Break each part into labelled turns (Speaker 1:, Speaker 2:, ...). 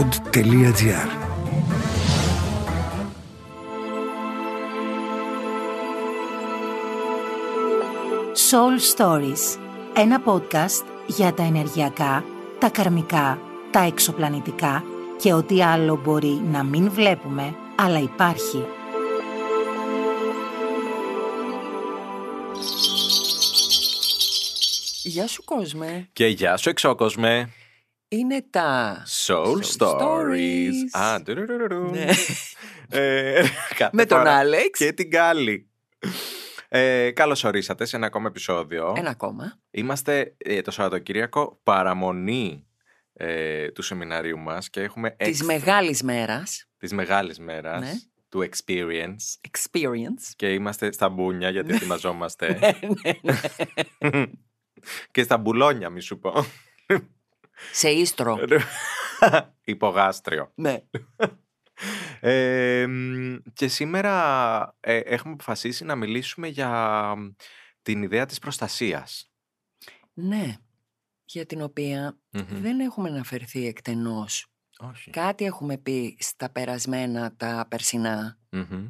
Speaker 1: pod.gr
Speaker 2: Soul Stories. Ένα podcast για τα ενεργειακά, τα καρμικά, τα εξωπλανητικά και ό,τι άλλο μπορεί να μην βλέπουμε, αλλά υπάρχει.
Speaker 3: Γεια σου κόσμε.
Speaker 4: Και γεια σου εξώκοσμε.
Speaker 3: Είναι τα...
Speaker 4: Soul,
Speaker 3: Soul
Speaker 4: Stories.
Speaker 3: Stories.
Speaker 4: Α, τουρουρουρου.
Speaker 3: Ναι.
Speaker 4: Ε, κάθε
Speaker 3: Με τον
Speaker 4: φορά.
Speaker 3: Άλεξ.
Speaker 4: Και την Κάλλη. Ε, Καλώς ορίσατε σε ένα ακόμα επεισόδιο.
Speaker 3: Ένα ακόμα.
Speaker 4: Είμαστε ε, το Σαββατοκύριακο παραμονή ε, του σεμιναρίου μας και έχουμε
Speaker 3: Της μεγάλης μέρας.
Speaker 4: της μεγάλης μέρας
Speaker 3: Ναι.
Speaker 4: του experience
Speaker 3: Experience.
Speaker 4: και είμαστε στα μπούνια γιατί ετοιμαζόμαστε.
Speaker 3: Ναι, ναι, ναι.
Speaker 4: και στα μπουλόνια μη σου πω.
Speaker 3: Σε
Speaker 4: Ε,
Speaker 3: ίστρο.
Speaker 4: Υπογάστριο.
Speaker 3: Ναι.
Speaker 4: Ε, μ, και σήμερα ε, έχουμε αποφασίσει να μιλήσουμε για μ, την ιδέα της προστασίας.
Speaker 3: Ναι. Για την οποία
Speaker 4: Μμμ.
Speaker 3: δεν έχουμε αναφερθεί εκτενώς.
Speaker 4: Όχι.
Speaker 3: Κάτι έχουμε πει στα περασμένα τα περσινά.
Speaker 4: Μμμ.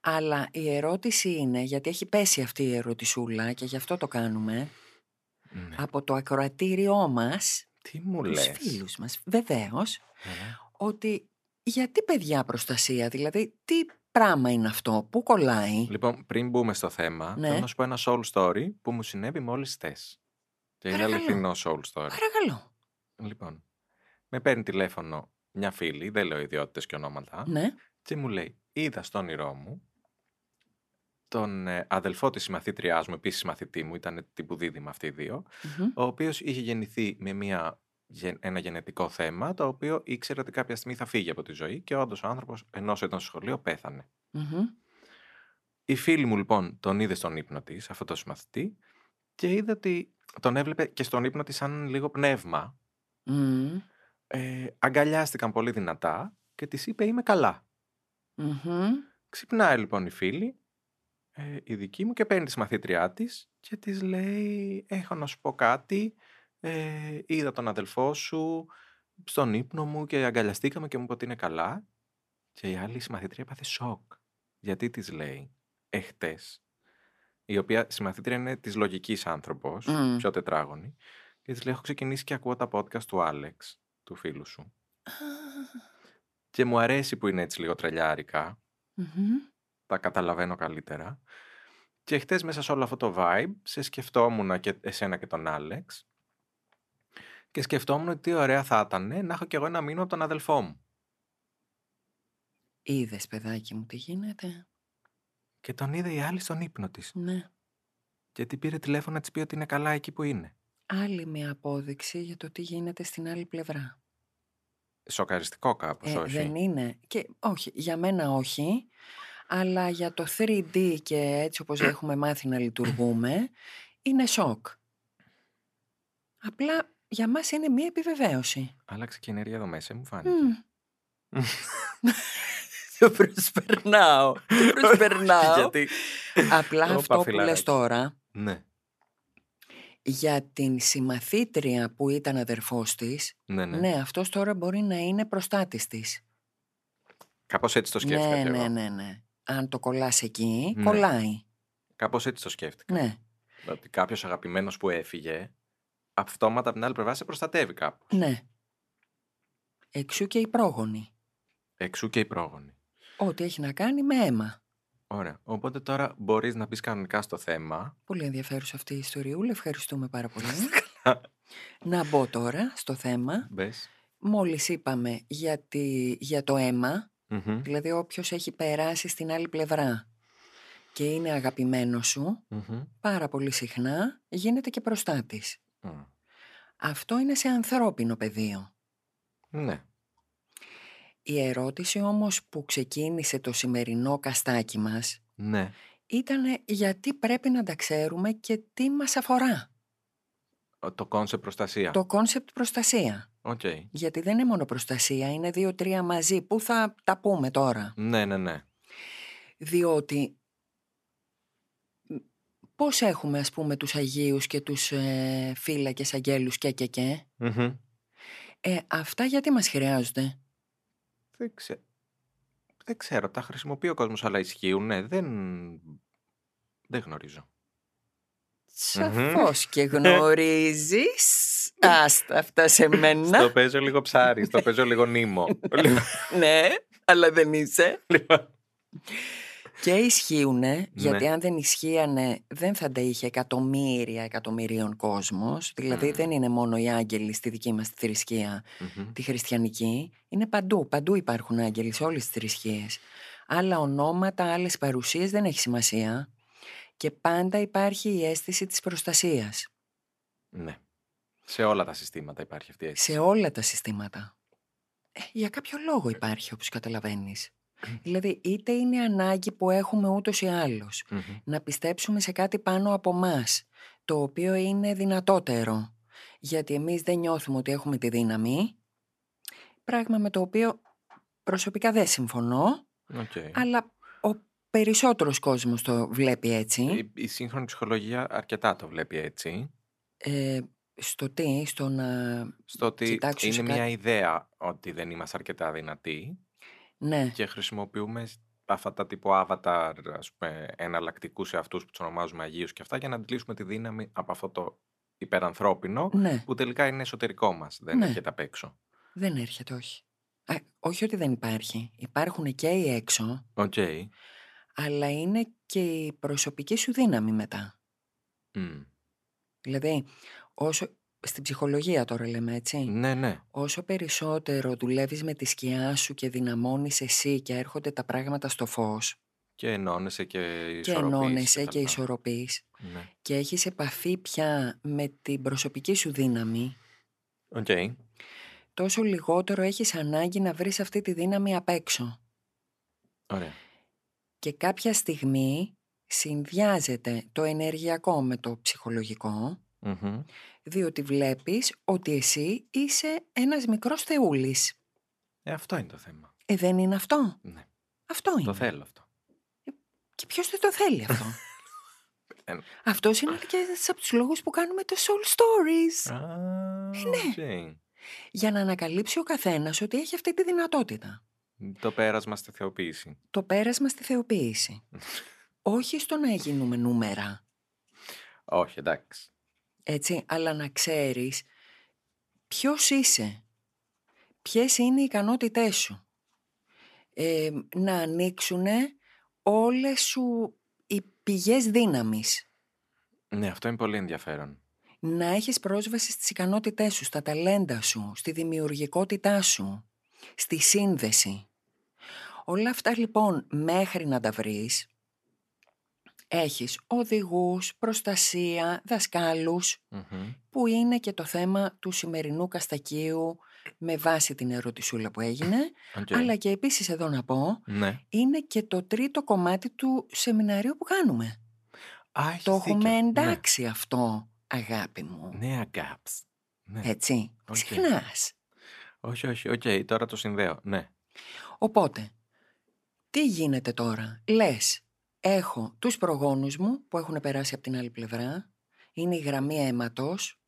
Speaker 3: Αλλά η ερώτηση είναι, γιατί έχει πέσει αυτή η ερωτησούλα και γι' αυτό το κάνουμε,
Speaker 4: Ναι.
Speaker 3: από το ακροατήριό μας,
Speaker 4: Τι μου
Speaker 3: τους
Speaker 4: λες.
Speaker 3: φίλους μας, βεβαίως,
Speaker 4: Ε,
Speaker 3: ότι γιατί παιδιά προστασία, δηλαδή τι πράγμα είναι αυτό, πού κολλάει.
Speaker 4: Λοιπόν, πριν μπούμε στο θέμα,
Speaker 3: Ναι.
Speaker 4: θέλω να σου πω ένα soul story που μου συνέβη μόλις θες. Και είναι
Speaker 3: Παρακαλώ.
Speaker 4: αληθινό soul story.
Speaker 3: Παρακαλώ.
Speaker 4: Λοιπόν, με παίρνει τηλέφωνο μια φίλη, δεν λέω ιδιότητες και ονόματα,
Speaker 3: Ναι.
Speaker 4: και μου λέει, είδα στον όνειρό μου τον ε, αδελφό της συμμαθήτριάς μου, επίσης συμμαθητή μου, ήταν τύπου δίδυμα αυτοί οι δύο,
Speaker 3: Μμμ.
Speaker 4: ο οποίος είχε γεννηθεί με μια, γεν- ένα γενετικό θέμα, το οποίο ήξερε ότι κάποια στιγμή θα φύγει από τη ζωή και όντω ο άνθρωπος, ενώ ήταν στο σχολείο, πέθανε.
Speaker 3: Μμμ.
Speaker 4: Η φίλη μου λοιπόν τον είδε στον ύπνο της, αυτό το συμμαθητή, και είδε ότι τον έβλεπε και στον ύπνο της σαν λίγο πνεύμα.
Speaker 3: Μμμ.
Speaker 4: Ε, αγκαλιάστηκαν πολύ δυνατά και της είπε: Είμαι καλά.
Speaker 3: Μμμ.
Speaker 4: Ξυπνάει λοιπόν η φίλη, ε, η δική μου, και παίρνει τη συμμαθήτριά της και της λέει: Έχω να σου πω κάτι. Ε, είδα τον αδελφό σου στον ύπνο μου και αγκαλιαστήκαμε και μου είπε ότι είναι καλά. Και η άλλη συμμαθήτρια έπαθε σοκ. Γιατί της λέει εχθές, η οποία συμμαθήτρια είναι της λογικής άνθρωπος,
Speaker 3: Μμμ.
Speaker 4: πιο τετράγωνη, και της λέει: Έχω ξεκινήσει και ακούω τα podcast του Άλεξ, του φίλου σου. Και μου αρέσει που είναι έτσι λίγο τρελιάρικα,
Speaker 3: Μμμ.
Speaker 4: τα καταλαβαίνω καλύτερα. Και χτες μέσα σε όλο αυτό το vibe, σε σκεφτόμουν και εσένα και τον Άλεξ και σκεφτόμουν ότι τι ωραία θα ήταν να έχω κι εγώ ένα μήνυμα από τον αδελφό μου.
Speaker 3: Είδες παιδάκι μου τι γίνεται.
Speaker 4: Και τον είδε η άλλη στον ύπνο της.
Speaker 3: Ναι.
Speaker 4: Γιατί πήρε τηλέφωνο να της πει ότι είναι καλά εκεί που είναι.
Speaker 3: Άλλη μια απόδειξη για το τι γίνεται στην άλλη πλευρά.
Speaker 4: Σοκαριστικό κάπως,
Speaker 3: Ε,
Speaker 4: όχι.
Speaker 3: δεν είναι. Και όχι, για μένα όχι. Αλλά για το 3D και έτσι όπως έχουμε μάθει να λειτουργούμε, είναι σοκ. Απλά για μας είναι μια επιβεβαίωση.
Speaker 4: Άλλαξε και η ενέργεια εδώ μέσα, μου φάνηκε.
Speaker 3: Μμμ. Το προσπερνάω. Το προσπερνάω.
Speaker 4: Γιατί...
Speaker 3: Απλά
Speaker 4: Όπα,
Speaker 3: αυτό που
Speaker 4: φιλαράκι.
Speaker 3: λες τώρα,
Speaker 4: ναι,
Speaker 3: για την συμμαθήτρια που ήταν αδερφός της,
Speaker 4: ναι, ναι.
Speaker 3: ναι, αυτός τώρα μπορεί να είναι προστάτης της.
Speaker 4: Κάπως έτσι το σκέφτηκα
Speaker 3: ναι,
Speaker 4: κι εγώ.
Speaker 3: ναι, ναι, ναι. Αν το κολλάς εκεί,
Speaker 4: Ναι.
Speaker 3: κολλάει.
Speaker 4: Κάπως έτσι το σκέφτηκα.
Speaker 3: Ναι.
Speaker 4: Ότι κάποιος αγαπημένος που έφυγε, αυτόματα από την άλλη πλευρά σε προστατεύει κάπως.
Speaker 3: Ναι. Εξού και η πρόγονη.
Speaker 4: Εξού και η πρόγονη.
Speaker 3: Ό,τι έχει να κάνει με αίμα.
Speaker 4: Ωραία. Οπότε τώρα μπορείς να μπει κανονικά στο θέμα.
Speaker 3: Πολύ ενδιαφέρουσα αυτή η ιστοριούλα. Ευχαριστούμε πάρα πολύ. να μπω τώρα στο θέμα.
Speaker 4: Μπες.
Speaker 3: Μόλις είπαμε για, τη- για το αίμα, δηλαδή όποιος έχει περάσει στην άλλη πλευρά και είναι αγαπημένος σου, πάρα πολύ συχνά γίνεται και προστάτης. Αυτό είναι σε ανθρώπινο πεδίο.
Speaker 4: Ναι.
Speaker 3: Η ερώτηση όμως που ξεκίνησε το σημερινό καστάκι μας
Speaker 4: Ναι.
Speaker 3: ήταν γιατί πρέπει να τα ξέρουμε και τι μας αφορά.
Speaker 4: Ο- Το κόνσεπτ προστασία.
Speaker 3: Το κόνσεπτ προστασία.
Speaker 4: Οκ.
Speaker 3: Γιατί δεν είναι μόνο προστασία, είναι δύο-τρία μαζί. Πού θα τα πούμε τώρα.
Speaker 4: Ναι, ναι, ναι.
Speaker 3: Διότι μ, πώς έχουμε ας πούμε τους Αγίους και τους ε, φύλακες, αγγέλους και και και.
Speaker 4: Μμμ.
Speaker 3: Ε, αυτά γιατί μας χρειάζονται.
Speaker 4: Δεν, ξέ... δεν ξέρω. Τα χρησιμοποιεί ο κόσμος, αλλά ισχύουν. Ναι, δεν... δεν γνωρίζω.
Speaker 3: Σαφώς και γνωρίζεις. Άστα αυτά σε μένα.
Speaker 4: Στο παίζω λίγο ψάρι, στο παίζω λίγο νήμο.
Speaker 3: ναι, αλλά δεν είσαι.
Speaker 4: Λοιπόν,
Speaker 3: Και ισχύουνε, γιατί αν δεν ισχύανε δεν θα τα είχε εκατομμύρια εκατομμυρίων κόσμος. Δηλαδή
Speaker 4: Μμμ.
Speaker 3: δεν είναι μόνο οι άγγελοι στη δική μας τη θρησκεία,
Speaker 4: μμμ.
Speaker 3: τη χριστιανική. Είναι παντού, παντού υπάρχουν άγγελοι σε όλες τις θρησκείες. Άλλα ονόματα, άλλες παρουσίες δεν έχει σημασία. Και πάντα υπάρχει η αίσθηση της προστασίας.
Speaker 4: Ναι. Σε όλα τα συστήματα υπάρχει αυτή η αίσθηση.
Speaker 3: Σε όλα τα συστήματα. Ε, για κάποιο λόγο υπάρχει, όπως καταλαβαίνεις. δηλαδή, είτε είναι ανάγκη που έχουμε ούτως ή άλλως
Speaker 4: Μμμ.
Speaker 3: να πιστέψουμε σε κάτι πάνω από μας, το οποίο είναι δυνατότερο. Γιατί εμείς δεν νιώθουμε ότι έχουμε τη δύναμη, πράγμα με το οποίο προσωπικά δεν συμφωνώ,
Speaker 4: Οκ.
Speaker 3: αλλά ο περισσότερος κόσμος το βλέπει έτσι.
Speaker 4: Η, η σύγχρονη ψυχολογία αρκετά το βλέπει έτσι.
Speaker 3: Ε, στο τι, στο να...
Speaker 4: Στο ότι
Speaker 3: Κοιτάξω σε
Speaker 4: είναι μια
Speaker 3: κάτι.
Speaker 4: ιδέα ότι δεν είμαστε αρκετά δυνατοί
Speaker 3: Ναι,
Speaker 4: και χρησιμοποιούμε σ- αυτά τα τύπου avatar, ας πούμε, εναλλακτικούς σε αυτούς που τους ονομάζουμε Αγίους και αυτά για να αντιλήσουμε τη δύναμη από αυτό το υπερανθρώπινο
Speaker 3: ναι,
Speaker 4: που τελικά είναι εσωτερικό μας, δεν
Speaker 3: Ναι.
Speaker 4: έρχεται απ' έξω.
Speaker 3: δεν έρχεται, όχι. Α, όχι ότι δεν υπάρχει. Υπάρχουν και οι έξω,
Speaker 4: Οκ.
Speaker 3: αλλά είναι και η προσωπική σου δύναμη μετά.
Speaker 4: Μμ.
Speaker 3: Δηλαδή, όσο, στην ψυχολογία τώρα λέμε έτσι,
Speaker 4: Ναι, ναι.
Speaker 3: όσο περισσότερο δουλεύεις με τη σκιά σου και δυναμώνεις εσύ και έρχονται τα πράγματα στο φως
Speaker 4: Και ενώνεσαι και
Speaker 3: και
Speaker 4: ισορροπείς.
Speaker 3: ενώνεσαι
Speaker 4: τα
Speaker 3: και
Speaker 4: λοιπά.
Speaker 3: ισορροπείς
Speaker 4: Ναι.
Speaker 3: και έχεις επαφή πια με την προσωπική σου δύναμη,
Speaker 4: Οκ.
Speaker 3: τόσο λιγότερο έχεις ανάγκη να βρεις αυτή τη δύναμη απ' έξω.
Speaker 4: Ωραία.
Speaker 3: Και κάποια στιγμή συνδυάζεται το ενεργειακό με το ψυχολογικό,
Speaker 4: Μμμ.
Speaker 3: διότι βλέπεις ότι εσύ είσαι ένας μικρός θεούλης.
Speaker 4: Ε, αυτό είναι το θέμα.
Speaker 3: Ε, δεν είναι αυτό.
Speaker 4: Ναι.
Speaker 3: Αυτό είναι.
Speaker 4: Το θέλω αυτό.
Speaker 3: Και ποιος δεν το θέλει αυτό.
Speaker 4: Ε.
Speaker 3: αυτός είναι και ένας από τους λόγους που κάνουμε το Soul Stories.
Speaker 4: Α,
Speaker 3: Ναι.
Speaker 4: οκ.
Speaker 3: για να ανακαλύψει ο καθένας ότι έχει αυτή τη δυνατότητα.
Speaker 4: Το πέρασμα στη θεοποίηση.
Speaker 3: Το πέρασμα στη θεοποίηση. Όχι στο να γίνουμε νούμερα,
Speaker 4: Όχι, εντάξει.
Speaker 3: έτσι, αλλά να ξέρεις ποιος είσαι, ποιες είναι οι ικανότητές σου. Ε, να ανοίξουν όλες σου οι πηγές δύναμης.
Speaker 4: Ναι, αυτό είναι πολύ ενδιαφέρον.
Speaker 3: να έχεις πρόσβαση στις ικανότητές σου, στα ταλέντα σου, στη δημιουργικότητά σου, στη σύνδεση. Όλα αυτά λοιπόν μέχρι να τα βρεις, έχεις οδηγούς, προστασία, δασκάλους,
Speaker 4: Μμμ.
Speaker 3: που είναι και το θέμα του σημερινού καστακίου με βάση την ερωτησούλα που έγινε,
Speaker 4: Οκ.
Speaker 3: αλλά και επίσης εδώ να πω,
Speaker 4: Ναι.
Speaker 3: είναι και το τρίτο κομμάτι του σεμιναρίου που κάνουμε.
Speaker 4: Α, έχεις
Speaker 3: Το έχουμε
Speaker 4: δίκιο.
Speaker 3: εντάξει αυτό, αγάπη μου.
Speaker 4: Ναι, ναι αγάπης. Ναι.
Speaker 3: Έτσι.
Speaker 4: Οκ.
Speaker 3: Ξεχνάς.
Speaker 4: Όχι, όχι, οκ, τώρα το συνδέω. Ναι.
Speaker 3: Οπότε, τι γίνεται τώρα. Λες, έχω τους προγόνους μου που έχουν περάσει από την άλλη πλευρά. Είναι η γραμμή αίματος,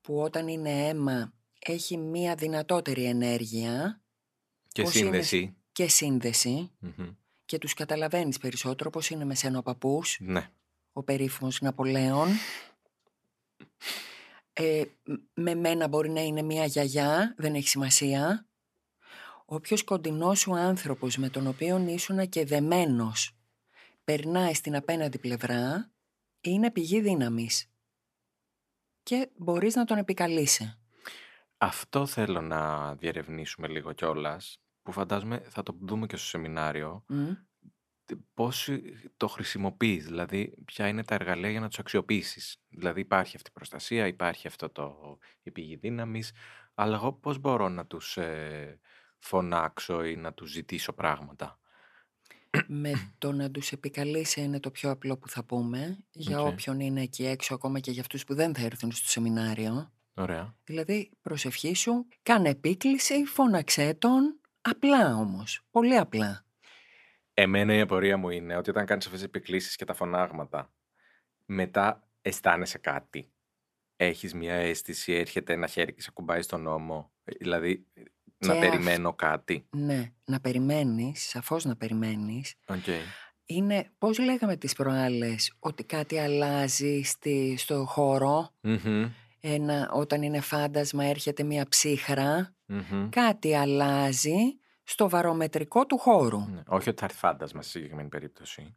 Speaker 3: που όταν είναι αίμα έχει μία δυνατότερη ενέργεια
Speaker 4: Και
Speaker 3: Πώς
Speaker 4: σύνδεση.
Speaker 3: και σύνδεση
Speaker 4: Μμμ.
Speaker 3: και τους καταλαβαίνεις περισσότερο όπως είναι με σένα ο παππούς,
Speaker 4: Ναι.
Speaker 3: ο περίφημος Ναπολέων. Ε, μ- με μένα μπορεί να είναι μια γιαγιά, δεν έχει σημασία. Όποιος κοντινός σου άνθρωπος με τον οποίο ήσουν και δεμένος περνάει στην απέναντι πλευρά, είναι πηγή δύναμης. Και μπορείς να τον επικαλείσαι.
Speaker 4: Αυτό θέλω να διερευνήσουμε λίγο κιόλας, που φαντάζομαι θα το δούμε και στο σεμινάριο.
Speaker 3: Μμ.
Speaker 4: Πώς ε, το χρησιμοποιείς, δηλαδή ποια είναι τα εργαλεία για να τους αξιοποιήσεις. Δηλαδή υπάρχει αυτή η προστασία, υπάρχει αυτό το η πηγή δύναμης, αλλά εγώ πώς μπορώ να τους ε, φωνάξω ή να τους ζητήσω πράγματα.
Speaker 3: με το να τους επικαλείσαι είναι το πιο απλό που θα πούμε για
Speaker 4: Οκ.
Speaker 3: όποιον είναι εκεί έξω ακόμα και για αυτούς που δεν θα έρθουν στο σεμινάριο.
Speaker 4: Ωραία.
Speaker 3: Δηλαδή, προσευχή σου, κάνε επίκληση, φώναξέ τον, απλά όμως, πολύ απλά.
Speaker 4: Εμένα η απορία μου είναι ότι όταν κάνεις αυτές τις επικλήσεις και τα φωνάγματα, μετά αισθάνεσαι κάτι. Έχεις μια αίσθηση, έρχεται ένα χέρι και σε κουμπάει στον ώμο. Δηλαδή, να
Speaker 3: Και
Speaker 4: περιμένω κάτι.
Speaker 3: Ναι, να περιμένεις, σαφώς να περιμένεις.
Speaker 4: Okay.
Speaker 3: Είναι, πώς λέγαμε τις προάλλες, ότι κάτι αλλάζει στη, στο χώρο. Ένα, όταν είναι φάντασμα έρχεται μια ψύχρα. Κάτι αλλάζει στο βαρομετρικό του χώρου.
Speaker 4: Ναι, Όχι ότι θα έρθει φάντασμα στη συγκεκριμένη περίπτωση.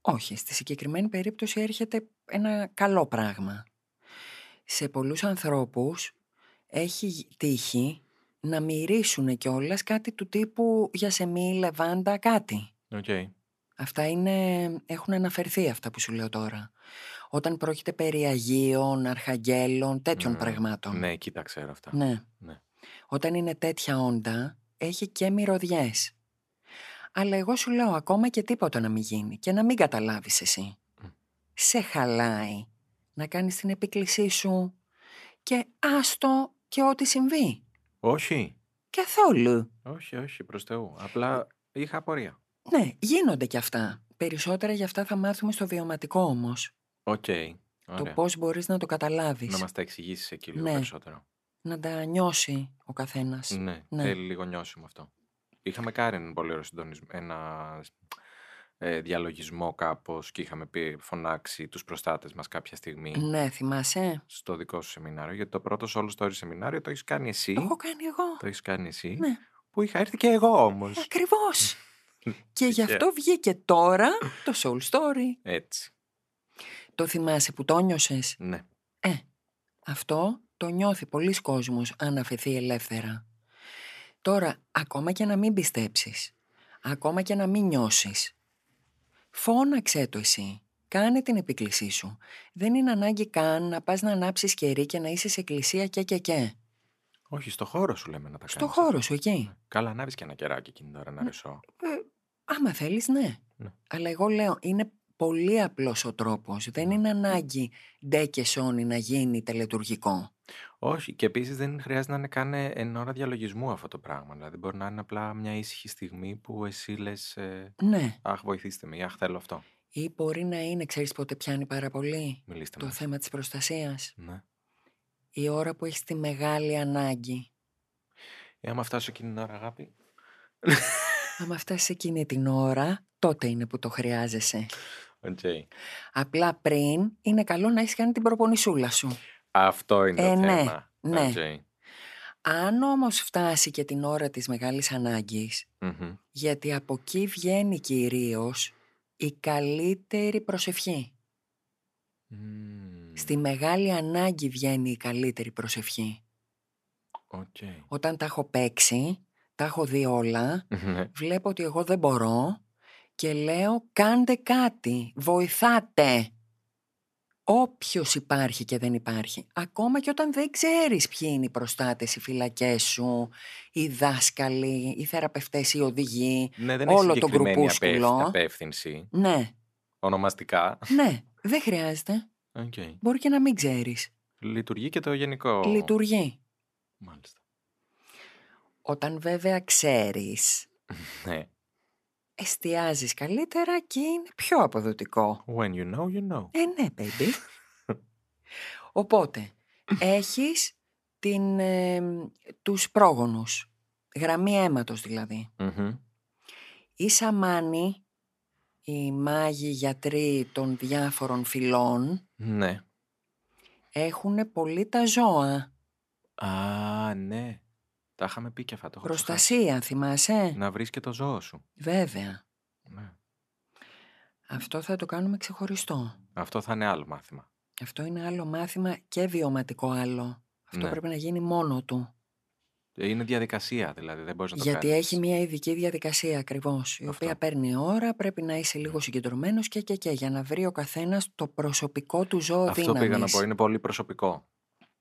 Speaker 3: Όχι, στη συγκεκριμένη περίπτωση έρχεται ένα καλό πράγμα. Σε πολλούς ανθρώπους έχει τύχει να μυρίσουν κιόλας κάτι του τύπου γιασεμί, λεβάντα, κάτι.
Speaker 4: Okay.
Speaker 3: Αυτά είναι, έχουν αναφερθεί αυτά που σου λέω τώρα. Όταν πρόκειται περί Αγίων, Αρχαγγέλων, τέτοιων
Speaker 4: Ναι.
Speaker 3: πραγμάτων.
Speaker 4: Ναι, εκεί τα ξέρω αυτά.
Speaker 3: Ναι.
Speaker 4: Ναι.
Speaker 3: Όταν είναι τέτοια όντα, έχει και μυρωδιές. Αλλά εγώ σου λέω ακόμα και τίποτα να μην γίνει και να μην καταλάβεις εσύ.
Speaker 4: Μμ.
Speaker 3: Σε χαλάει να κάνεις την επίκλησή σου και άστο και ό,τι συμβεί.
Speaker 4: Όχι,
Speaker 3: Καθόλου.
Speaker 4: όχι, όχι, προς Θεού. Απλά
Speaker 3: Ε,
Speaker 4: είχα απορία.
Speaker 3: Ναι, γίνονται κι αυτά. Περισσότερα γι' αυτά θα μάθουμε στο βιωματικό όμως.
Speaker 4: Οκ,
Speaker 3: Το
Speaker 4: ωραία.
Speaker 3: πώς μπορείς να το καταλάβεις.
Speaker 4: Να μας τα εξηγήσεις εκεί λίγο
Speaker 3: Ναι.
Speaker 4: περισσότερο.
Speaker 3: να τα νιώσει ο καθένας.
Speaker 4: Ναι,
Speaker 3: Ναι.
Speaker 4: θέλει λίγο νιώσιμο αυτό. Είχαμε κάνει έναν πολύ ωραίο συντονισμό, ένα ε, διαλογισμό κάπως και είχαμε πει, φωνάξει τους προστάτες μας κάποια στιγμή
Speaker 3: Ναι, θυμάσαι.
Speaker 4: στο δικό σου σεμινάριο, γιατί το πρώτο solo story σεμινάριο το έχεις κάνει εσύ.
Speaker 3: Το έχω κάνει εγώ.
Speaker 4: Το έχεις κάνει εσύ.
Speaker 3: Ναι. Ε,
Speaker 4: Που είχα έρθει και εγώ όμως.
Speaker 3: Ακριβώς. και γι'
Speaker 4: Τυχαία.
Speaker 3: αυτό βγήκε τώρα το Soul Story.
Speaker 4: Έτσι,
Speaker 3: Το θυμάσαι που το νιώσες. Ε,
Speaker 4: ναι.
Speaker 3: Αυτό το νιώθει πολλοί κόσμος αν αφαιθεί ελεύθερα. Τώρα, ακόμα και να μην πιστέψεις, ακόμα και να μην νιώσεις, φώναξέ το εσύ. Κάνε την επίκλησή σου. Δεν είναι ανάγκη καν να πας να ανάψεις κερί και να είσαι σε εκκλησία και και και.
Speaker 4: Όχι, στο χώρο σου λέμε να τα κάνεις.
Speaker 3: Στο
Speaker 4: αυτά.
Speaker 3: χώρο σου εκεί.
Speaker 4: Καλά, ανάβεις και ένα κεράκι εκείνη την ώρα να ρεσώ.
Speaker 3: Άμα θέλεις, ναι.
Speaker 4: Ναι.
Speaker 3: Αλλά εγώ λέω, είναι πολύ απλός ο τρόπος. Δεν είναι ανάγκη ντε και σόνι να γίνει τελετουργικό.
Speaker 4: Όχι, και επίσης δεν χρειάζεται να είναι καν ε, εν ώρα διαλογισμού αυτό το πράγμα. Δηλαδή, μπορεί να είναι απλά μια ήσυχη στιγμή που εσύ λες.
Speaker 3: Ναι.
Speaker 4: Αχ, βοηθήστε με, ή, αχ, θέλω αυτό.
Speaker 3: Ή μπορεί να είναι, ξέρεις πότε πιάνει πάρα πολύ,
Speaker 4: Μιλήστε
Speaker 3: το
Speaker 4: με.
Speaker 3: θέμα της προστασίας.
Speaker 4: Ναι.
Speaker 3: Η ώρα που έχεις τη μεγάλη ανάγκη.
Speaker 4: Ε, άμα φτάσω εκείνη την ώρα, αγάπη.
Speaker 3: Άμα φτάσεις εκείνη την ώρα, τότε είναι που το χρειάζεσαι.
Speaker 4: Οκ.
Speaker 3: Απλά πριν, είναι καλό να έχεις κάνει την προπονησούλα σου.
Speaker 4: Αυτό είναι
Speaker 3: Ε,
Speaker 4: το
Speaker 3: ναι,
Speaker 4: θέμα.
Speaker 3: ναι.
Speaker 4: Οκ.
Speaker 3: Αν όμως φτάσει και την ώρα της μεγάλης ανάγκης,
Speaker 4: Μμμ.
Speaker 3: Γιατί από εκεί βγαίνει κυρίως η καλύτερη προσευχή.
Speaker 4: Μμμ.
Speaker 3: Στη μεγάλη ανάγκη βγαίνει η καλύτερη προσευχή.
Speaker 4: Οκ.
Speaker 3: Όταν τα έχω παίξει, τα έχω δει όλα,
Speaker 4: Ναι.
Speaker 3: βλέπω ότι εγώ δεν μπορώ και λέω κάντε κάτι, βοηθάτε. Όποιος υπάρχει και δεν υπάρχει, ακόμα και όταν δεν ξέρεις ποιοι είναι οι προστάτες, οι φυλακές σου, οι δάσκαλοι, οι θεραπευτές, οι οδηγοί.
Speaker 4: Ναι, δεν έχει
Speaker 3: Όλο το
Speaker 4: συγκεκριμένη
Speaker 3: κροπούσκουλο.
Speaker 4: απεύθυν- απεύθυνση.
Speaker 3: Ναι,
Speaker 4: Ονομαστικά.
Speaker 3: ναι, δεν χρειάζεται.
Speaker 4: Οκ.
Speaker 3: Μπορεί και να μην ξέρεις.
Speaker 4: Λειτουργεί και το γενικό.
Speaker 3: Λειτουργεί.
Speaker 4: Μάλιστα.
Speaker 3: Όταν βέβαια ξέρεις,
Speaker 4: Ναι.
Speaker 3: εστιάζεις καλύτερα και είναι πιο αποδοτικό.
Speaker 4: When you know, you know.
Speaker 3: Ε, ναι, baby. Οπότε, έχεις την, ε, τους πρόγονους. Γραμμή αίματος δηλαδή.
Speaker 4: Μμμ.
Speaker 3: Οι σαμάνοι, οι μάγοι γιατροί των διάφορων φυλών,
Speaker 4: Ναι.
Speaker 3: έχουν πολύ τα ζώα.
Speaker 4: Α, ναι. Τα είχαμε πει και αυτά. Το Ναι. έχω
Speaker 3: Προστασία, θυμάσαι.
Speaker 4: ξεχάσει. Να βρεις και το ζώο σου.
Speaker 3: Βέβαια.
Speaker 4: Ναι.
Speaker 3: Αυτό θα το κάνουμε ξεχωριστό.
Speaker 4: Αυτό θα είναι άλλο μάθημα.
Speaker 3: Αυτό είναι άλλο μάθημα και βιωματικό άλλο. Αυτό
Speaker 4: Ναι.
Speaker 3: πρέπει να γίνει μόνο του.
Speaker 4: Ε, Είναι διαδικασία, δηλαδή. Δεν μπορείς να το
Speaker 3: Γιατί
Speaker 4: κάνεις.
Speaker 3: έχει μια ειδική διαδικασία ακριβώς, η
Speaker 4: Αυτό. Ναι.
Speaker 3: οποία παίρνει ώρα, πρέπει να είσαι λίγο συγκεντρωμένος και και και για να βρει ο καθένας το προσωπικό του ζώο
Speaker 4: Αυτό
Speaker 3: δύναμη.
Speaker 4: πήγα να πω. Είναι πολύ προσωπικό.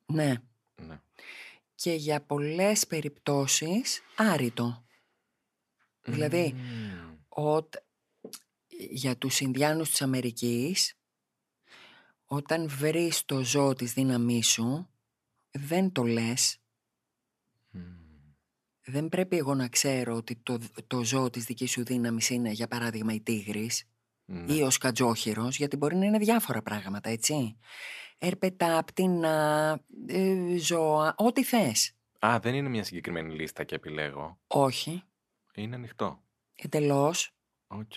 Speaker 3: Ναι.
Speaker 4: Ναι.
Speaker 3: Και για πολλές περιπτώσεις άρρητο. Δηλαδή,
Speaker 4: Μμμ.
Speaker 3: Ότ- για τους Ινδιάνους της Αμερικής, όταν βρεις το ζώο της δύναμή σου, δεν το λες,
Speaker 4: Μμμ.
Speaker 3: Δεν πρέπει εγώ να ξέρω ότι το, το ζώο της δικής σου δύναμης είναι, για παράδειγμα, η τίγρης
Speaker 4: Ναι.
Speaker 3: ή ο σκατζόχυρος, γιατί μπορεί να είναι διάφορα πράγματα, έτσι. Ερπετά, πτηνά, ε, ζώα, ό,τι θες.
Speaker 4: Α, δεν είναι μια συγκεκριμένη λίστα και επιλέγω.
Speaker 3: Όχι,
Speaker 4: Είναι ανοιχτό.
Speaker 3: εντελώς.
Speaker 4: Οκ.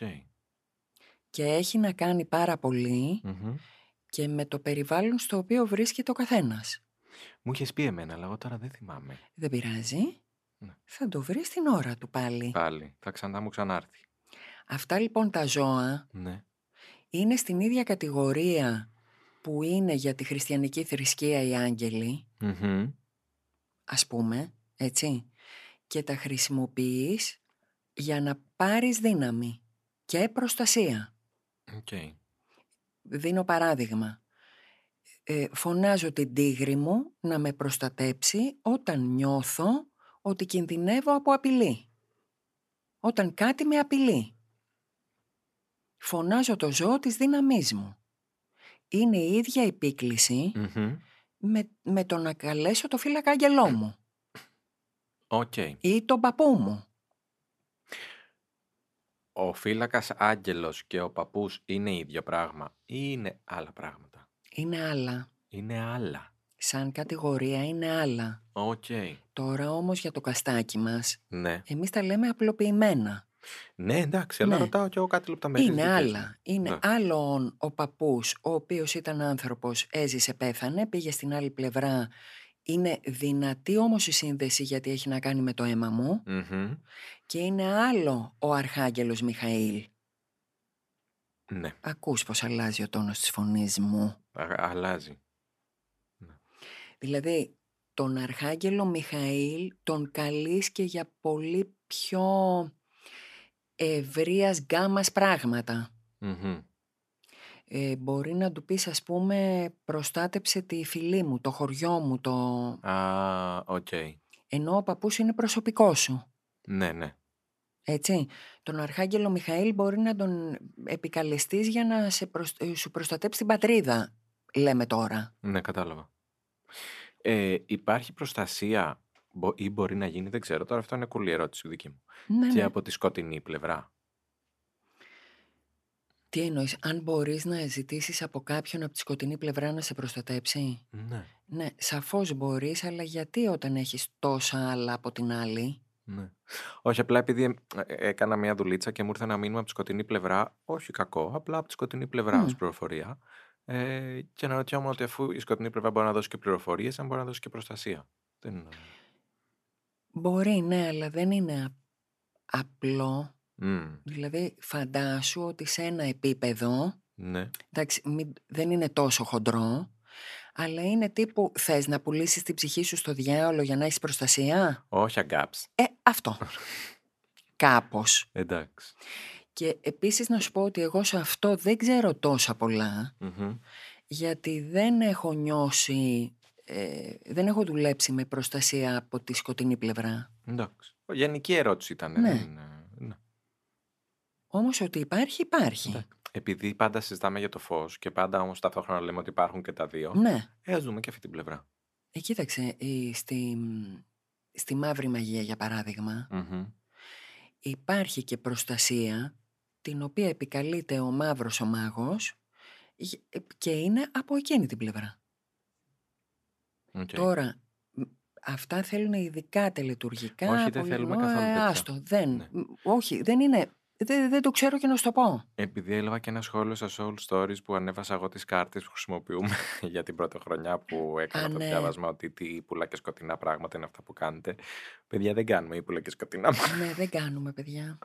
Speaker 3: Και έχει να κάνει πάρα πολύ
Speaker 4: Μμμ.
Speaker 3: και με το περιβάλλον στο οποίο βρίσκεται ο καθένας.
Speaker 4: Μου είχες πει εμένα, αλλά εγώ τώρα δεν θυμάμαι.
Speaker 3: Δεν πειράζει.
Speaker 4: Ναι.
Speaker 3: Θα το βρεις στην ώρα του πάλι.
Speaker 4: Πάλι. Θα ξανά μου ξανάρθει.
Speaker 3: Αυτά λοιπόν τα ζώα
Speaker 4: Ναι.
Speaker 3: είναι στην ίδια κατηγορία που είναι για τη χριστιανική θρησκεία οι άγγελοι,
Speaker 4: Μμμ.
Speaker 3: ας πούμε, έτσι. Και τα χρησιμοποιείς για να πάρεις δύναμη και προστασία.
Speaker 4: Οκ.
Speaker 3: Δίνω παράδειγμα. Ε, φωνάζω την τίγρη μου να με προστατέψει όταν νιώθω ότι κινδυνεύω από απειλή. Όταν κάτι με απειλεί. Φωνάζω το ζώο της δύναμής μου. Είναι η ίδια επίκληση
Speaker 4: Μμμ.
Speaker 3: με, με το να καλέσω το φύλακα αγγελό μου
Speaker 4: Οκ.
Speaker 3: ή τον παππού μου.
Speaker 4: Ο φύλακας Άγγελος και ο παππούς είναι ίδιο πράγμα ή είναι άλλα πράγματα.
Speaker 3: Είναι άλλα.
Speaker 4: Είναι άλλα.
Speaker 3: Σαν κατηγορία είναι άλλα.
Speaker 4: Οκ.
Speaker 3: Τώρα όμως για το καστάκι μας,
Speaker 4: Ναι.
Speaker 3: εμείς τα λέμε απλοποιημένα.
Speaker 4: Ναι, εντάξει, αλλά
Speaker 3: Ναι.
Speaker 4: ρωτάω κι εγώ κάτι λεπτομερίε.
Speaker 3: είναι άλλα. Είναι
Speaker 4: Ναι.
Speaker 3: άλλον ο παππούς, ο οποίος ήταν άνθρωπος, έζησε, πέθανε, πήγε στην άλλη πλευρά. Είναι δυνατή όμως η σύνδεση γιατί έχει να κάνει με το αίμα μου και είναι άλλο ο Αρχάγγελος Μιχαήλ.
Speaker 4: Ναι,
Speaker 3: Ακούς πως αλλάζει ο τόνος της φωνής μου.
Speaker 4: α- αλλάζει.
Speaker 3: Δηλαδή, τον Αρχάγγελο Μιχαήλ τον καλείς και για πολύ πιο ευρείας γκάμας πράγματα.
Speaker 4: Μμμ.
Speaker 3: Ε, μπορεί να του πεις ας πούμε προστάτεψε τη φυλή μου, το χωριό μου, το...
Speaker 4: Α, οκ.
Speaker 3: ενώ ο παππούς είναι προσωπικό σου.
Speaker 4: Ναι, ναι.
Speaker 3: Έτσι, τον Αρχάγγελο Μιχαήλ μπορεί να τον επικαλεστείς για να σε προσ- ε, σου προστατέψει την πατρίδα, λέμε τώρα.
Speaker 4: Ναι, κατάλαβα. Ε, υπάρχει προστασία μπο- ή μπορεί να γίνει, δεν ξέρω. Τώρα αυτό είναι κουλή ερώτηση δική μου.
Speaker 3: Ναι,
Speaker 4: Και
Speaker 3: ναι.
Speaker 4: από τη σκοτεινή πλευρά.
Speaker 3: Τι εννοείς, αν μπορείς να ζητήσεις από κάποιον από τη σκοτεινή πλευρά να σε προστατέψει.
Speaker 4: Ναι,
Speaker 3: Ναι, σαφώς μπορείς, αλλά γιατί όταν έχεις τόσα άλλα από την άλλη.
Speaker 4: ναι. Όχι, απλά επειδή ε, ε, έκανα μια δουλίτσα και μου ήρθε ένα μήνυμα από τη σκοτεινή πλευρά. Όχι κακό, απλά από τη σκοτεινή πλευρά
Speaker 3: Μμ.
Speaker 4: ως πληροφορία. Ε, και αναρωτιόμουν ότι αφού η σκοτεινή πλευρά μπορεί να δώσει και πληροφορίες, αν μπορεί να δώσει και προστασία. Δεν. ε,
Speaker 3: Μπορεί, ναι, αλλά δεν είναι α- απλό.
Speaker 4: Μμ,
Speaker 3: Δηλαδή, φαντάσου ότι σε ένα επίπεδο,
Speaker 4: ναι.
Speaker 3: εντάξει, μην- δεν είναι τόσο χοντρό, αλλά είναι τύπου θες να πουλήσεις την ψυχή σου στο διάολο για να έχεις προστασία.
Speaker 4: Όχι, αγκάψ.
Speaker 3: Ε, αυτό. Κάπως.
Speaker 4: Εντάξει.
Speaker 3: Και επίσης να σου πω ότι εγώ σε αυτό δεν ξέρω τόσα πολλά,
Speaker 4: Μμμ.
Speaker 3: γιατί δεν έχω νιώσει, ε, δεν έχω δουλέψει με προστασία από τη σκοτεινή πλευρά.
Speaker 4: Εντάξει. Γενική ερώτηση ήταν.
Speaker 3: Ναι.
Speaker 4: δεν, ε, ναι.
Speaker 3: Όμως ότι υπάρχει, υπάρχει.
Speaker 4: Εντάξει. Επειδή πάντα συζητάμε για το φως και πάντα όμως ταυτόχρονα λέμε ότι υπάρχουν και τα δύο,
Speaker 3: Ναι.
Speaker 4: ε, ας δούμε και αυτή την πλευρά.
Speaker 3: Ε, κοίταξε, η- στη, στη μαύρη μαγεία για παράδειγμα
Speaker 4: Μμμ.
Speaker 3: υπάρχει και προστασία την οποία επικαλείται ο μαύρος ο μάγος γε- ε, και είναι από εκείνη την πλευρά.
Speaker 4: Οκ.
Speaker 3: Τώρα, μ, αυτά θέλουν ειδικά τελετουργικά.
Speaker 4: Όχι, δεν
Speaker 3: πολύ-
Speaker 4: θέλουμε
Speaker 3: Ω,
Speaker 4: καθόλου
Speaker 3: ε,
Speaker 4: τέτοια.
Speaker 3: Άστο, δεν,
Speaker 4: Ναι.
Speaker 3: μ, όχι, δεν είναι, δεν, δεν το ξέρω και να σου το πω.
Speaker 4: Επειδή έλαβα και ένα σχόλιο στα Soul Stories που ανέβασα εγώ τις κάρτες που χρησιμοποιούμε για την πρωτοχρονιά που έκανα
Speaker 3: Α,
Speaker 4: το
Speaker 3: ναι.
Speaker 4: διάβασμα ότι τι ύπουλα και σκοτεινά πράγματα είναι αυτά που κάνετε. Παιδιά, δεν κάνουμε ύπουλα και σκοτεινά.
Speaker 3: ναι, δεν κάνουμε παιδιά.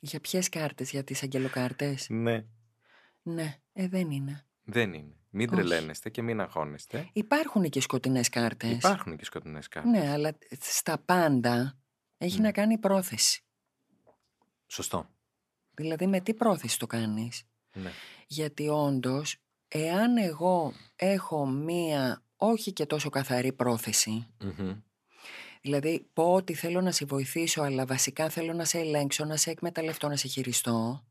Speaker 3: για ποιες κάρτες, για τις αγγελοκάρτες.
Speaker 4: ναι,
Speaker 3: ναι, ε, δεν είναι.
Speaker 4: δεν είναι. Μην
Speaker 3: Όχι.
Speaker 4: τρελαίνεστε και μην αγχώνεστε.
Speaker 3: Υπάρχουν και σκοτεινές κάρτες.
Speaker 4: Υπάρχουν και σκοτεινές κάρτες.
Speaker 3: Ναι, αλλά στα πάντα έχει
Speaker 4: Ναι.
Speaker 3: να κάνει η πρόθεση.
Speaker 4: Σωστό.
Speaker 3: Δηλαδή με τι πρόθεση το κάνεις.
Speaker 4: Ναι.
Speaker 3: Γιατί όντως, εάν εγώ έχω μία όχι και τόσο καθαρή πρόθεση,
Speaker 4: Μμμ.
Speaker 3: δηλαδή πω ότι θέλω να σε βοηθήσω, αλλά βασικά θέλω να σε ελέγξω, να σε εκμεταλλευτώ, να σε χειριστώ,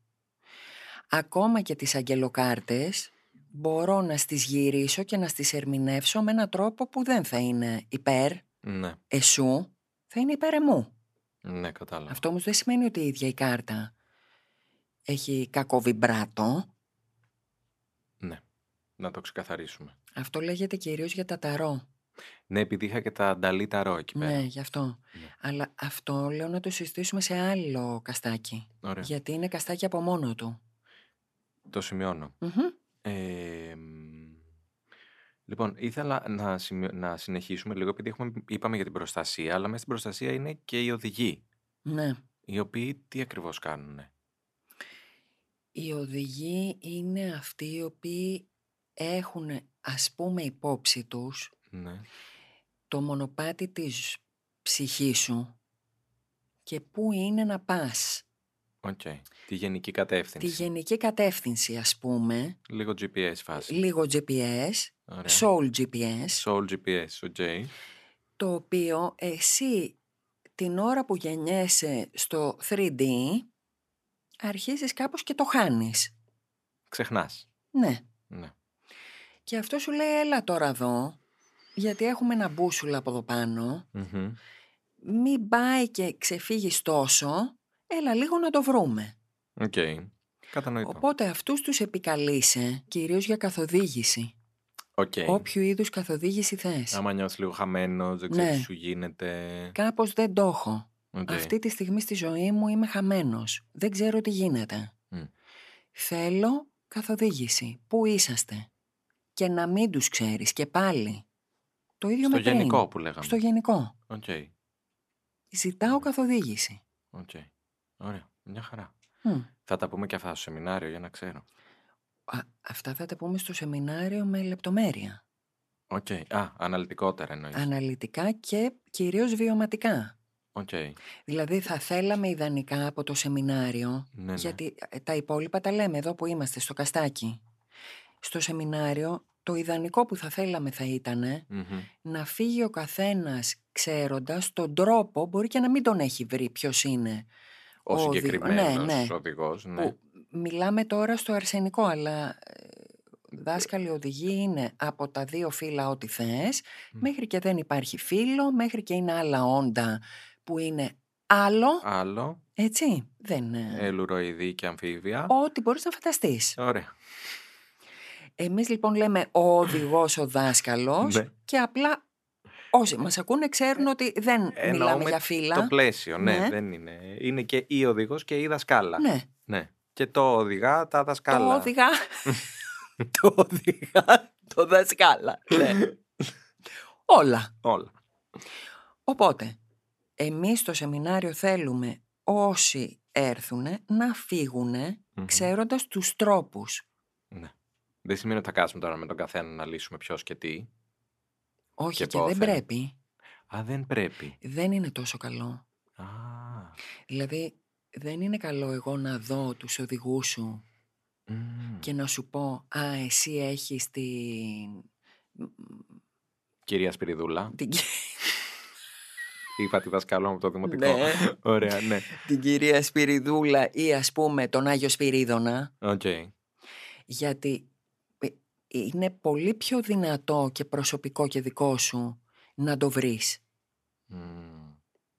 Speaker 3: ακόμα και τις αγγελοκάρτες μπορώ να στις γυρίσω και να στις ερμηνεύσω με έναν τρόπο που δεν θα είναι υπέρ
Speaker 4: Ναι,
Speaker 3: εσού, θα είναι υπέρ εμού.
Speaker 4: ναι, κατάλαβα.
Speaker 3: Αυτό όμως δεν σημαίνει ότι η ίδια η κάρτα έχει κακό βιμπράτο.
Speaker 4: Ναι. Να το ξεκαθαρίσουμε.
Speaker 3: Αυτό λέγεται κυρίως για τα ταρό.
Speaker 4: Ναι, επειδή είχα και τα νταλίτα ρο εκεί πέρα.
Speaker 3: Ναι, γι' αυτό.
Speaker 4: Ναι.
Speaker 3: Αλλά αυτό λέω να το συζητήσουμε σε άλλο καστάκι.
Speaker 4: Ωραία.
Speaker 3: Γιατί είναι καστάκι από μόνο του.
Speaker 4: Το σημειώνω.
Speaker 3: Μμμ.
Speaker 4: Ε, μ, λοιπόν, ήθελα να, σημειω- να συνεχίσουμε λίγο, επειδή έχουμε, είπαμε για την προστασία, αλλά μέσα στην προστασία είναι και οι οδηγοί,
Speaker 3: Ναι.
Speaker 4: οι οποίοι τι ακριβώς κάνουν.
Speaker 3: Οι οδηγοί είναι αυτοί οι οποίοι έχουν ας πούμε υπόψη τους
Speaker 4: Ναι.
Speaker 3: το μονοπάτι της ψυχής σου και πού είναι να πας.
Speaker 4: Οκ. Τη γενική
Speaker 3: Τη
Speaker 4: κατεύθυνση.
Speaker 3: γενική κατεύθυνση ας πούμε,
Speaker 4: Λίγο GPS φάση.
Speaker 3: λίγο GPS,
Speaker 4: Ωραία.
Speaker 3: soul GPS,
Speaker 4: Ναι. Soul GPS, OK.
Speaker 3: το οποίο εσύ την ώρα που γεννιέσαι στο 3D αρχίζεις κάπως και το χάνεις.
Speaker 4: Ξεχνάς.
Speaker 3: Ναι.
Speaker 4: Ναι.
Speaker 3: Και αυτό σου λέει έλα τώρα εδώ, γιατί έχουμε ένα μπούσουλα από εδώ πάνω,
Speaker 4: Μμμ.
Speaker 3: μην πάει και ξεφύγεις τόσο, έλα λίγο να το βρούμε.
Speaker 4: Οκ. Κατανοητό.
Speaker 3: Οπότε αυτούς τους επικαλείσαι, κυρίως για καθοδήγηση.
Speaker 4: Οκ.
Speaker 3: Όποιου είδους καθοδήγηση θες.
Speaker 4: Ε. Άμα νιώθεις λίγο χαμένος, δεν ξέρεις
Speaker 3: Ναι.
Speaker 4: τι σου γίνεται.
Speaker 3: Κάπως δεν το έχω.
Speaker 4: Οκ.
Speaker 3: Αυτή τη στιγμή στη ζωή μου είμαι χαμένος. Δεν ξέρω τι γίνεται.
Speaker 4: Μμ.
Speaker 3: Θέλω καθοδήγηση. Πού είσαστε. Και να μην τους ξέρεις και πάλι. Το ίδιο
Speaker 4: Στο
Speaker 3: με πριν.
Speaker 4: γενικό που λέγαμε.
Speaker 3: Στο γενικό.
Speaker 4: Οκ.
Speaker 3: Ζητάω
Speaker 4: Μμ.
Speaker 3: καθοδήγηση.
Speaker 4: Οκ. Ωραία. Μια χαρά.
Speaker 3: Μμ.
Speaker 4: Θα τα πούμε και αυτά στο σεμινάριο για να ξέρω.
Speaker 3: Α, αυτά θα τα πούμε στο σεμινάριο με λεπτομέρεια.
Speaker 4: Οκ. Α, αναλυτικότερα εννοείς.
Speaker 3: Αναλυτικά και κυρίως βιωματικά.
Speaker 4: Οκ. Ναι,
Speaker 3: Δηλαδή θα θέλαμε ιδανικά από το σεμινάριο,
Speaker 4: Ναι, ναι.
Speaker 3: γιατί ε, τα υπόλοιπα τα λέμε εδώ που είμαστε, στο καστάκι. Στο σεμινάριο το ιδανικό που θα θέλαμε θα ήταν
Speaker 4: Μμμ.
Speaker 3: να φύγει ο καθένας ξέροντας τον τρόπο, μπορεί και να μην τον έχει βρει ποιος είναι.
Speaker 4: Ο,
Speaker 3: Ο οδηγ-
Speaker 4: συγκεκριμένος
Speaker 3: ναι, ναι.
Speaker 4: οδηγός. Ναι.
Speaker 3: Που μιλάμε τώρα στο αρσενικό, αλλά ε, δάσκαλοι οδηγοί είναι από τα δύο φύλλα ό,τι θες, μέχρι και δεν υπάρχει φύλλο, μέχρι και είναι άλλα όντα που είναι άλλο,
Speaker 4: Άλλο.
Speaker 3: έτσι, δεν... ε,
Speaker 4: Ελουροειδή και αμφίβια.
Speaker 3: Ό,τι μπορείς να φανταστείς.
Speaker 4: Ωραία.
Speaker 3: Εμείς λοιπόν λέμε ο οδηγός, ο δάσκαλος
Speaker 4: Ναι.
Speaker 3: και απλά όσοι μας ακούνε ξέρουν ότι δεν μιλάμε
Speaker 4: Ε, Εννοούμε
Speaker 3: για
Speaker 4: Το
Speaker 3: φύλλα.
Speaker 4: πλαίσιο, ναι,
Speaker 3: Ναι.
Speaker 4: δεν είναι. Είναι και η οδηγός και η δασκάλα.
Speaker 3: Ναι,
Speaker 4: Ναι. Και το οδηγά, τα δασκάλα.
Speaker 3: το οδηγά, το οδηγά, το δασκάλα. Ναι. Όλα.
Speaker 4: Όλα.
Speaker 3: Οπότε, εμείς στο σεμινάριο θέλουμε όσοι έρθουν να φύγουν
Speaker 4: Μμμ.
Speaker 3: ξέροντας τους τρόπους.
Speaker 4: Ναι. Δεν σημαίνει ότι θα κάτσουμε τώρα με τον καθένα να λύσουμε ποιος και τι.
Speaker 3: Όχι
Speaker 4: Και
Speaker 3: και, δεν
Speaker 4: πόθεν.
Speaker 3: πρέπει.
Speaker 4: Α, δεν πρέπει.
Speaker 3: Δεν είναι τόσο καλό.
Speaker 4: Α,
Speaker 3: Δηλαδή, δεν είναι καλό εγώ να δω τους οδηγούς σου
Speaker 4: μμ.
Speaker 3: και να σου πω «Α, εσύ έχεις την...
Speaker 4: Κυρία Σπυριδούλα,
Speaker 3: την, κυ-
Speaker 4: είπα τη δασκάλα μου από το δημοτικό.
Speaker 3: Ναι.
Speaker 4: Ωραία, ναι.
Speaker 3: την κυρία Σπυριδούλα ή ας πούμε τον Άγιο Σπυρίδωνα»
Speaker 4: Οκ.
Speaker 3: γιατί ε, είναι πολύ πιο δυνατό και προσωπικό και δικό σου να το βρεις.
Speaker 4: Μμ.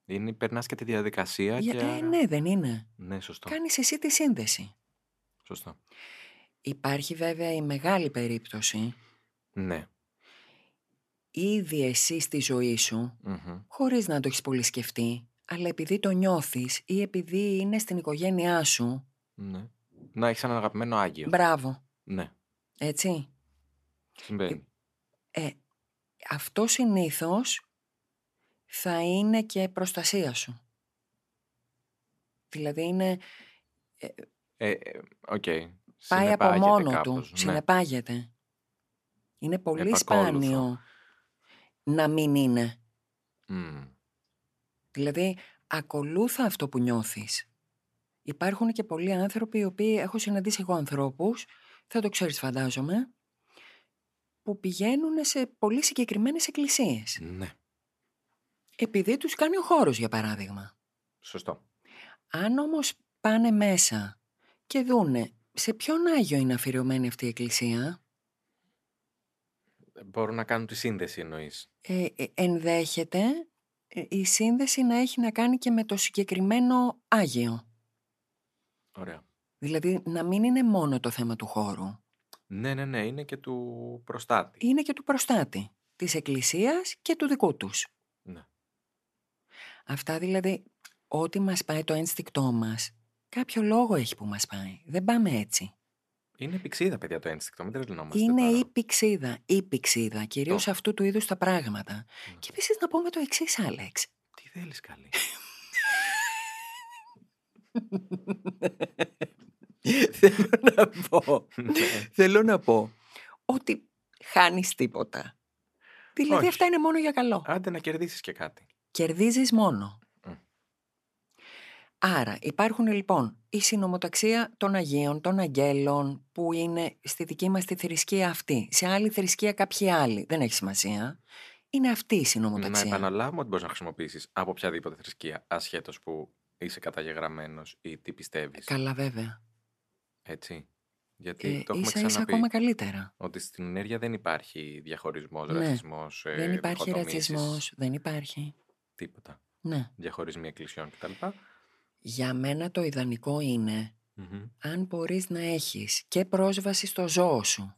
Speaker 4: Είναι, περνάς και τη διαδικασία
Speaker 3: Για-
Speaker 4: και...
Speaker 3: ε,
Speaker 4: άρα-
Speaker 3: ναι, δεν είναι.
Speaker 4: Ναι, σωστό.
Speaker 3: Κάνεις εσύ τη σύνδεση.
Speaker 4: Σωστό.
Speaker 3: Υπάρχει βέβαια η μεγάλη περίπτωση
Speaker 4: Ναι.
Speaker 3: ήδη εσύ στη ζωή σου
Speaker 4: Μμμ.
Speaker 3: χωρίς να το έχεις πολύ σκεφτεί, αλλά επειδή το νιώθεις ή επειδή είναι στην οικογένειά σου,
Speaker 4: ναι. Να έχεις έναν αγαπημένο Άγιο.
Speaker 3: μπράβο,
Speaker 4: Ναι,
Speaker 3: έτσι.
Speaker 4: συμβαίνει.
Speaker 3: Ε, αυτό συνήθως θα είναι και προστασία σου. Δηλαδή είναι,
Speaker 4: Ε, ε, Οκ.
Speaker 3: πάει από
Speaker 4: Συνεπάγεται
Speaker 3: μόνο
Speaker 4: κάπως,
Speaker 3: του,
Speaker 4: ναι.
Speaker 3: συνεπάγεται. Είναι πολύ
Speaker 4: Επακόλουθο.
Speaker 3: σπάνιο να μην είναι.
Speaker 4: Μμ.
Speaker 3: Δηλαδή, ακολούθα αυτό που νιώθεις. Υπάρχουν και πολλοί άνθρωποι οι οποίοι έχω συναντήσει εγώ ανθρώπους, θα το ξέρεις φαντάζομαι, που πηγαίνουν σε πολύ συγκεκριμένες εκκλησίες.
Speaker 4: Ναι,
Speaker 3: Επειδή τους κάνει ο χώρος, για παράδειγμα.
Speaker 4: σωστό.
Speaker 3: Αν όμως πάνε μέσα και δούνε σε ποιον Άγιο είναι αφιερωμένη αυτή η εκκλησία,
Speaker 4: Μπορούν να κάνουν τη σύνδεση εννοείς.
Speaker 3: ε, ε, ενδέχεται ε, η σύνδεση να έχει να κάνει και με το συγκεκριμένο Άγιο.
Speaker 4: Ωραία.
Speaker 3: Δηλαδή να μην είναι μόνο το θέμα του χώρου.
Speaker 4: Ναι, ναι, ναι, είναι και του προστάτη.
Speaker 3: είναι και του προστάτη. της εκκλησίας και του δικού τους.
Speaker 4: Ναι.
Speaker 3: Αυτά δηλαδή, ό,τι μας πάει το ένστικτό μας, κάποιο λόγο έχει που μας πάει. Δεν πάμε έτσι.
Speaker 4: Είναι πηξίδα, παιδιά, το ένστικτο. Μην τρελνόμαστε.
Speaker 3: Ε- Είναι
Speaker 4: τώρα.
Speaker 3: η πηξίδα, η πηξίδα, κυρίως
Speaker 4: Το.
Speaker 3: αυτού του είδους τα πράγματα.
Speaker 4: Ναι.
Speaker 3: Και επίσης να πούμε το εξής, Άλεξ.
Speaker 4: Τι θέλεις καλή.
Speaker 3: Θέλω να πω.
Speaker 4: Ναι.
Speaker 3: Θέλω να πω ότι χάνεις τίποτα. Δηλαδή
Speaker 4: Όχι.
Speaker 3: αυτά είναι μόνο για καλό.
Speaker 4: Άντε να κερδίσεις και κάτι.
Speaker 3: Κερδίζεις μόνο.
Speaker 4: Μμ.
Speaker 3: Άρα υπάρχουν λοιπόν η συνομοταξία των Αγίων, των Αγγέλων που είναι στη δική μας τη θρησκεία αυτή. Σε άλλη θρησκεία κάποιοι άλλοι. Δεν έχει σημασία. Είναι αυτή η
Speaker 4: Να
Speaker 3: συνομοταξία.
Speaker 4: επαναλάβουμε ότι μπορείς να χρησιμοποιήσεις από οποιαδήποτε θρησκεία ασχέτως που είσαι καταγεγραμμένος ή τι πιστεύεις.
Speaker 3: Καλά βέβαια.
Speaker 4: Έτσι.
Speaker 3: Ε,
Speaker 4: Γιατί το έχουμε
Speaker 3: ίσα ίσα
Speaker 4: ξαναπεί.
Speaker 3: ακόμα καλύτερα.
Speaker 4: Ότι στην ενέργεια δεν υπάρχει διαχωρισμός,
Speaker 3: Ναι.
Speaker 4: ρατσισμό,
Speaker 3: δεν υπάρχει ρατσισμός. Δεν υπάρχει.
Speaker 4: Τίποτα.
Speaker 3: Ναι.
Speaker 4: Διαχωρισμοί εκκλησιών κτλ.
Speaker 3: Για μένα το ιδανικό είναι αν μπορείς να έχεις και πρόσβαση στο ζώο σου.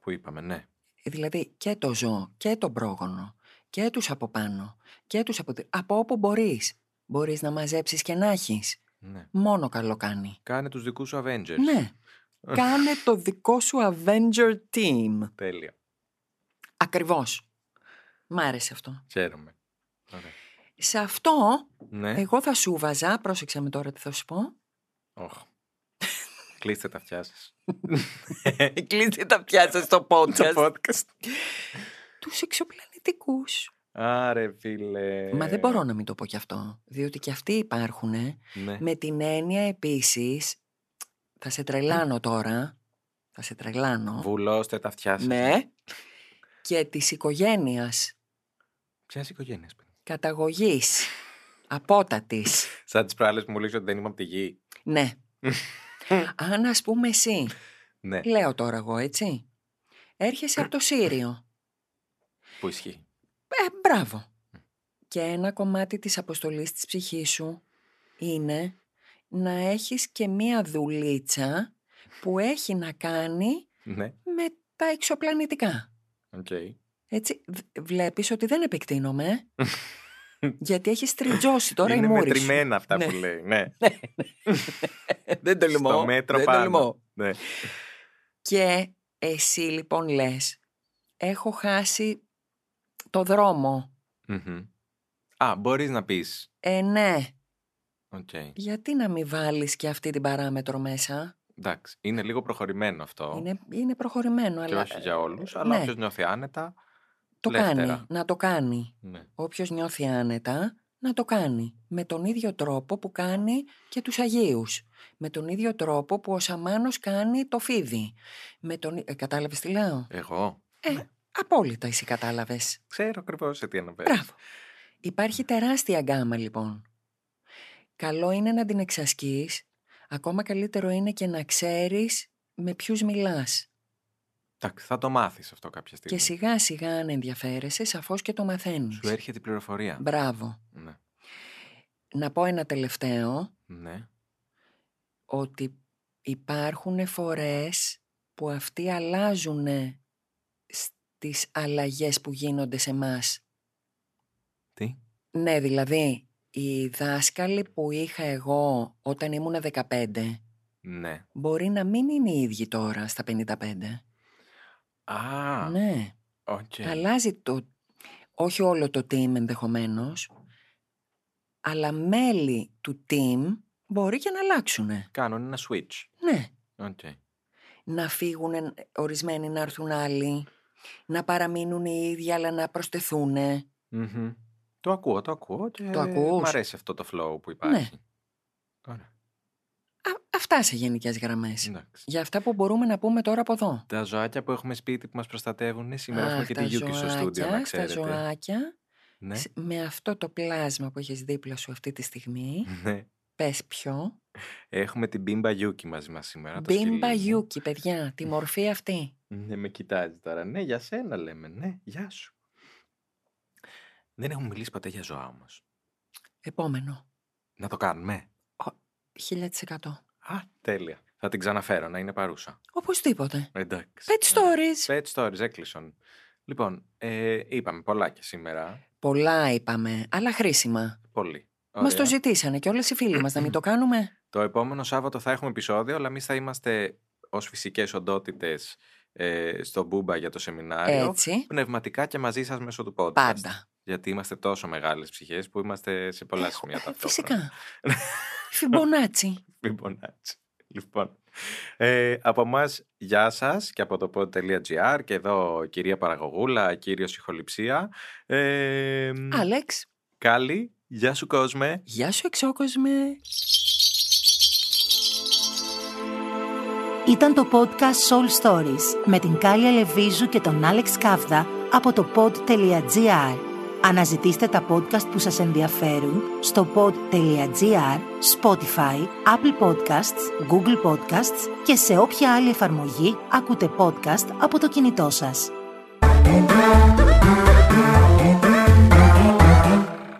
Speaker 4: Που είπαμε, ναι.
Speaker 3: Δηλαδή και το ζώο και τον πρόγονο και τους από πάνω και τους από... Από όπου μπορείς. Μπορείς να μαζέψεις και να έχεις.
Speaker 4: ναι.
Speaker 3: Μόνο καλό κάνει.
Speaker 4: Κάνε τους δικούς σου Avengers.
Speaker 3: Ναι.
Speaker 4: Ε.
Speaker 3: Κάνε το δικό σου Avenger Team.
Speaker 4: Τέλεια.
Speaker 3: Ακριβώς. Μ' άρεσε αυτό.
Speaker 4: Χαίρομαι. Ωραία.
Speaker 3: Σε αυτό
Speaker 4: Ναι.
Speaker 3: εγώ θα σου βάζα, πρόσεξε με τώρα τι θα σου πω.
Speaker 4: Οχ. Κλείστε τα αυτιά σας.
Speaker 3: Κλείστε τα πιάτσα στο podcast.
Speaker 4: podcast.
Speaker 3: Τους εξωπλανητικούς.
Speaker 4: Άρε, φίλε.
Speaker 3: Μα δεν μπορώ να μην το πω κι αυτό. Διότι κι αυτοί υπάρχουν.
Speaker 4: Ναι.
Speaker 3: Με την έννοια επίσης, θα σε τρελάνω τώρα, θα σε τρελάνω,
Speaker 4: Βουλώστε τα αυτιά σας.
Speaker 3: ναι, και της οικογένειας,
Speaker 4: Ποια οικογένειας, παιδί.
Speaker 3: καταγωγής, απότατης,
Speaker 4: Σαν τις προάλλες που μου λέει ότι δεν είμαι από τη γη.
Speaker 3: ναι. Αν ας πούμε εσύ,
Speaker 4: Ναι,
Speaker 3: λέω τώρα εγώ έτσι, έρχεσαι από το Σύριο,
Speaker 4: που ισχύει.
Speaker 3: ε, μπράβο. Και ένα κομμάτι της αποστολής της ψυχής σου είναι να έχεις και μία δουλίτσα που έχει να κάνει
Speaker 4: Ναι,
Speaker 3: με τα εξωπλανητικά.
Speaker 4: οκ.
Speaker 3: Έτσι, β- βλέπεις ότι δεν επεκτείνομαι, ε. γιατί έχεις τριτζώσει τώρα
Speaker 4: Είναι
Speaker 3: η μούρη σου.
Speaker 4: μετρημένα αυτά
Speaker 3: Ναι.
Speaker 4: που λέει. Ναι,
Speaker 3: Ε, δεν το λυμώ.
Speaker 4: στο μέτρο
Speaker 3: δεν το λυμώ.
Speaker 4: πάνω. Ναι.
Speaker 3: Και εσύ λοιπόν λες, έχω χάσει το δρόμο.
Speaker 4: Μμμ. Α, μπορείς να πεις.
Speaker 3: Ε, ναι.
Speaker 4: Οκ.
Speaker 3: Γιατί να μην βάλεις και αυτή την παράμετρο μέσα.
Speaker 4: Εντάξει. Είναι λίγο προχωρημένο αυτό.
Speaker 3: Είναι, είναι προχωρημένο,
Speaker 4: Και
Speaker 3: αλλά
Speaker 4: όχι για όλου,
Speaker 3: ε,
Speaker 4: αλλά
Speaker 3: ναι.
Speaker 4: όποιος νιώθει άνετα.
Speaker 3: το
Speaker 4: ελεύθερα.
Speaker 3: κάνει, να το κάνει.
Speaker 4: Ναι.
Speaker 3: Όποιος νιώθει άνετα, να το κάνει. Με τον ίδιο τρόπο που κάνει και τους Αγίους. Με τον ίδιο τρόπο που ο Σαμάνος κάνει το φίδι. Με τον... ε, κατάλαβες τι λέω.
Speaker 4: Εγώ.
Speaker 3: Ε, απόλυτα εσύ κατάλαβες.
Speaker 4: Ξέρω ακριβώς σε τι αναφέρει.
Speaker 3: Μπράβο. Υπάρχει τεράστια γκάμα λοιπόν. Καλό είναι να την εξασκείς. Ακόμα καλύτερο είναι και να ξέρεις με ποιους μιλάς.
Speaker 4: Εντάξει, θα το μάθεις αυτό κάποια στιγμή.
Speaker 3: Και σιγά σιγά αν ενδιαφέρεσαι, σαφώς και το μαθαίνεις.
Speaker 4: Σου έρχεται η πληροφορία.
Speaker 3: Μπράβο.
Speaker 4: Ναι.
Speaker 3: Να πω ένα τελευταίο.
Speaker 4: ναι.
Speaker 3: ότι υπάρχουν φορές που αυτοί αλλάζουν στις αλλαγές που γίνονται σε μας.
Speaker 4: Τι.
Speaker 3: Ναι, δηλαδή, οι δάσκαλοι που είχα εγώ όταν ήμουν 15
Speaker 4: Ναι.
Speaker 3: μπορεί να μην είναι οι ίδιοι τώρα στα 55.
Speaker 4: Α,
Speaker 3: Ναι,
Speaker 4: οκ.
Speaker 3: αλλάζει το... Όχι όλο το team ενδεχομένως, αλλά μέλη του team μπορεί και να αλλάξουν.
Speaker 4: Κάνουν ένα switch.
Speaker 3: Ναι.
Speaker 4: Οκ.
Speaker 3: να φύγουν εν- ορισμένοι, να έρθουν άλλοι, να παραμείνουν οι ίδιοι αλλά να προσθεθούν.
Speaker 4: Μμμ. Το ακούω, το ακούω και
Speaker 3: Το ακούς. Ναι.
Speaker 4: μ' αρέσει αυτό το flow που υπάρχει. Ωραία.
Speaker 3: αυτά σε γενικές γραμμές.
Speaker 4: Εντάξει.
Speaker 3: Για αυτά που μπορούμε να πούμε τώρα από εδώ.
Speaker 4: Τα ζωάκια που έχουμε σπίτι που μας προστατεύουν, σήμερα έχουμε
Speaker 3: Αχ,
Speaker 4: και τη
Speaker 3: τα
Speaker 4: Γιούκη στο στούντιο, να
Speaker 3: ζωάκια, στα
Speaker 4: ξέρετε.
Speaker 3: ζωάκια,
Speaker 4: Ναι,
Speaker 3: σ- με αυτό το πλάσμα που έχεις δίπλα σου αυτή τη στιγμή,
Speaker 4: ναι.
Speaker 3: πες ποιο,
Speaker 4: Έχουμε την Μπίμπα Γιούκη μαζί μας σήμερα. το
Speaker 3: μπίμπα
Speaker 4: σκυλί μου.
Speaker 3: γιούκι, παιδιά, τη μορφή αυτή.
Speaker 4: Ναι, με κοιτάζει τώρα. Ναι, για σένα λέμε. Ναι, γεια σου. Δεν έχουμε μιλήσει ποτέ για ζωά όμως.
Speaker 3: Επόμενο,
Speaker 4: Να το κάνουμε.
Speaker 3: 1000%.
Speaker 4: Α, τέλεια. Θα την ξαναφέρω να είναι παρούσα. Ναι.
Speaker 3: Οπωσδήποτε.
Speaker 4: Εντάξει.
Speaker 3: Pet
Speaker 4: Ωραία.
Speaker 3: stories.
Speaker 4: Pet stories, έκλεισον. Λοιπόν, ε, είπαμε πολλά και σήμερα.
Speaker 3: Πολλά είπαμε, αλλά χρήσιμα.
Speaker 4: Πολύ.
Speaker 3: Μας το
Speaker 4: Ωραία.
Speaker 3: ζητήσανε και όλες οι φίλοι μας να μην το κάνουμε.
Speaker 4: Το επόμενο Σάββατο θα έχουμε επεισόδιο, αλλά εμείς θα είμαστε ως φυσικές οντότητες ε, στο Μπούμπα για το σεμινάριο.
Speaker 3: Έτσι.
Speaker 4: Πνευματικά και μαζί σας μέσω του podcast.
Speaker 3: Πάντα.
Speaker 4: Γιατί είμαστε τόσο μεγάλες ψυχές που είμαστε σε πολλά
Speaker 3: Έχω-
Speaker 4: σημεία
Speaker 3: ε,
Speaker 4: ταυτόχρονα.
Speaker 3: Φυσικά. Φιμπονάτσι.
Speaker 4: Μην πονάτς. Λοιπόν, ε, από εμάς γεια σας και από το pod.gr και εδώ κυρία Παραγωγούλα, κύριος Συχοληψία. Ε,
Speaker 3: Άλεξ,
Speaker 4: Κάλλη, γεια σου κόσμε.
Speaker 3: γεια σου εξώκοσμε.
Speaker 2: Ήταν το podcast Soul Stories με την Κάλλη Αλεβίζου και τον Άλεξ Κάβδα από το pod.gr. Αναζητήστε τα podcast που σας ενδιαφέρουν στο pod.gr, Spotify, Apple Podcasts, Google Podcasts και σε όποια άλλη εφαρμογή ακούτε podcast από το κινητό σας.